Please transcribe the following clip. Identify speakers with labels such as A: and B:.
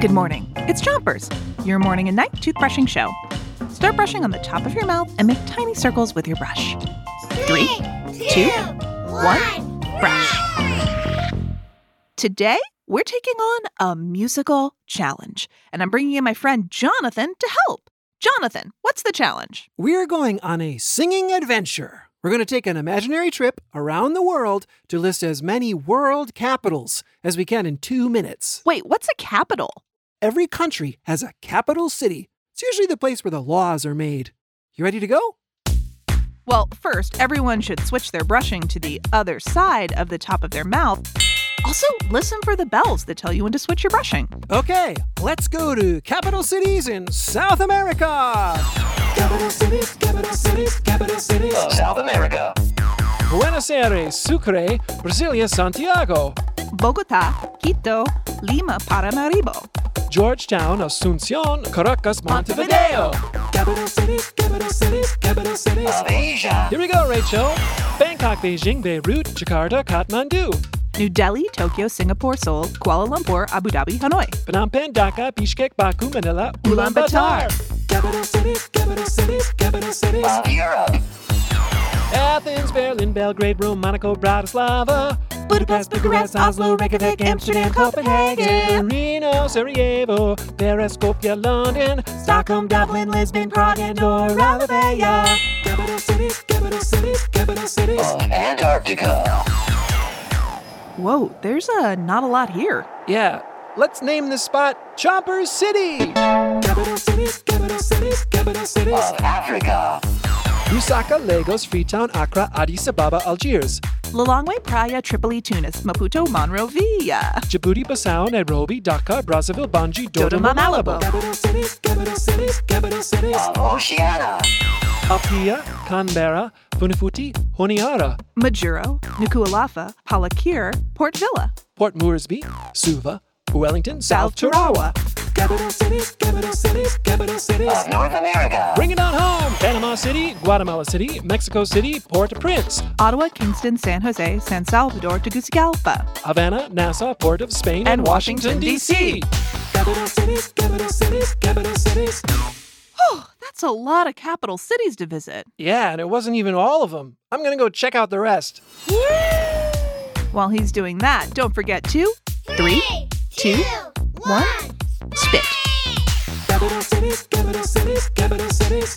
A: Good morning. It's Chompers, your morning and night toothbrushing show. Start brushing on the top of your mouth and make tiny circles with your brush. Three, two, one, brush. Today, we're taking on a musical challenge, and I'm bringing in my friend Jonathan to help. Jonathan, what's the challenge?
B: We're going on a singing adventure. We're going to take an imaginary trip around the world to list as many world capitals as we can in two minutes.
A: Wait, what's a capital?
B: Every country has a capital city. It's usually the place where the laws are made. You ready to go?
A: Well, first, everyone should switch their brushing to the other side of the top of their mouth. Also, listen for the bells that tell you when to switch your brushing.
B: Okay, let's go to capital cities in South America.
C: Capital cities, capital cities, capital cities of South America.
B: Buenos Aires, Sucre, Brasilia, Santiago.
A: Bogota, Quito, Lima, Paramaribo.
B: Georgetown, Asuncion, Caracas, Montevideo.
C: Capital cities, capital cities, capital cities of Asia.
B: Here we go, Rachel. Bangkok, Beijing, Beirut, Jakarta, Kathmandu.
A: New Delhi, Tokyo, Singapore, Seoul, Kuala Lumpur, Abu Dhabi, Hanoi.
B: Phnom Penh, Dhaka, Bishkek, Baku, Manila, Ulaanbaatar.
C: Capital cities, capital cities, capital cities of Europe.
B: Athens, Berlin, Belgrade, Rome, Monaco, Bratislava.
A: Budapest, Bucharest, Oslo, Reykjavik, Amsterdam, Copenhagen.
B: Reno, Sarajevo, Paris, Skopje, London,
A: Stockholm, Dublin, Lisbon, Prague, Andorra, Ravelveia.
C: Capital cities, capital cities, capital cities of Antarctica.
A: Whoa, there's uh, not a lot here.
B: Yeah, let's name this spot Chomper City.
C: Capital cities, capital cities, capital cities of Africa.
B: Lusaka, Lagos, Freetown, Accra, Addis Ababa, Algiers.
A: Lilongwe, Praia, Tripoli, Tunis, Maputo, Monrovia.
B: Djibouti, Bissau, Nairobi, Dhaka, Brazzaville, Banji, Dodoma, Malabo.
C: Capital cities, capital cities, capital cities of Oceania.
B: Apia, Canberra, Funafuti, Honiara,
A: Majuro, Nuku'alofa, Palakir, Port Villa,
B: Port Moresby, Suva, Wellington, South Tarawa.
C: Capital cities, capital cities, capital cities of North America.
B: Bring it on home! Panama City, Guatemala City, Mexico City, Port-au-Prince,
A: Ottawa, Kingston, San Jose, San Salvador, Tegucigalpa,
B: Havana, Nassau, Port of Spain, and, Washington, D.C.
C: Capital cities, capital cities, capital cities.
A: Oh, that's a lot of capital cities to visit.
B: Yeah, and it wasn't even all of them. I'm gonna go check out the rest.
A: While he's doing that, don't forget to three, two, one, spit.
C: Capital cities, capital cities, capital cities.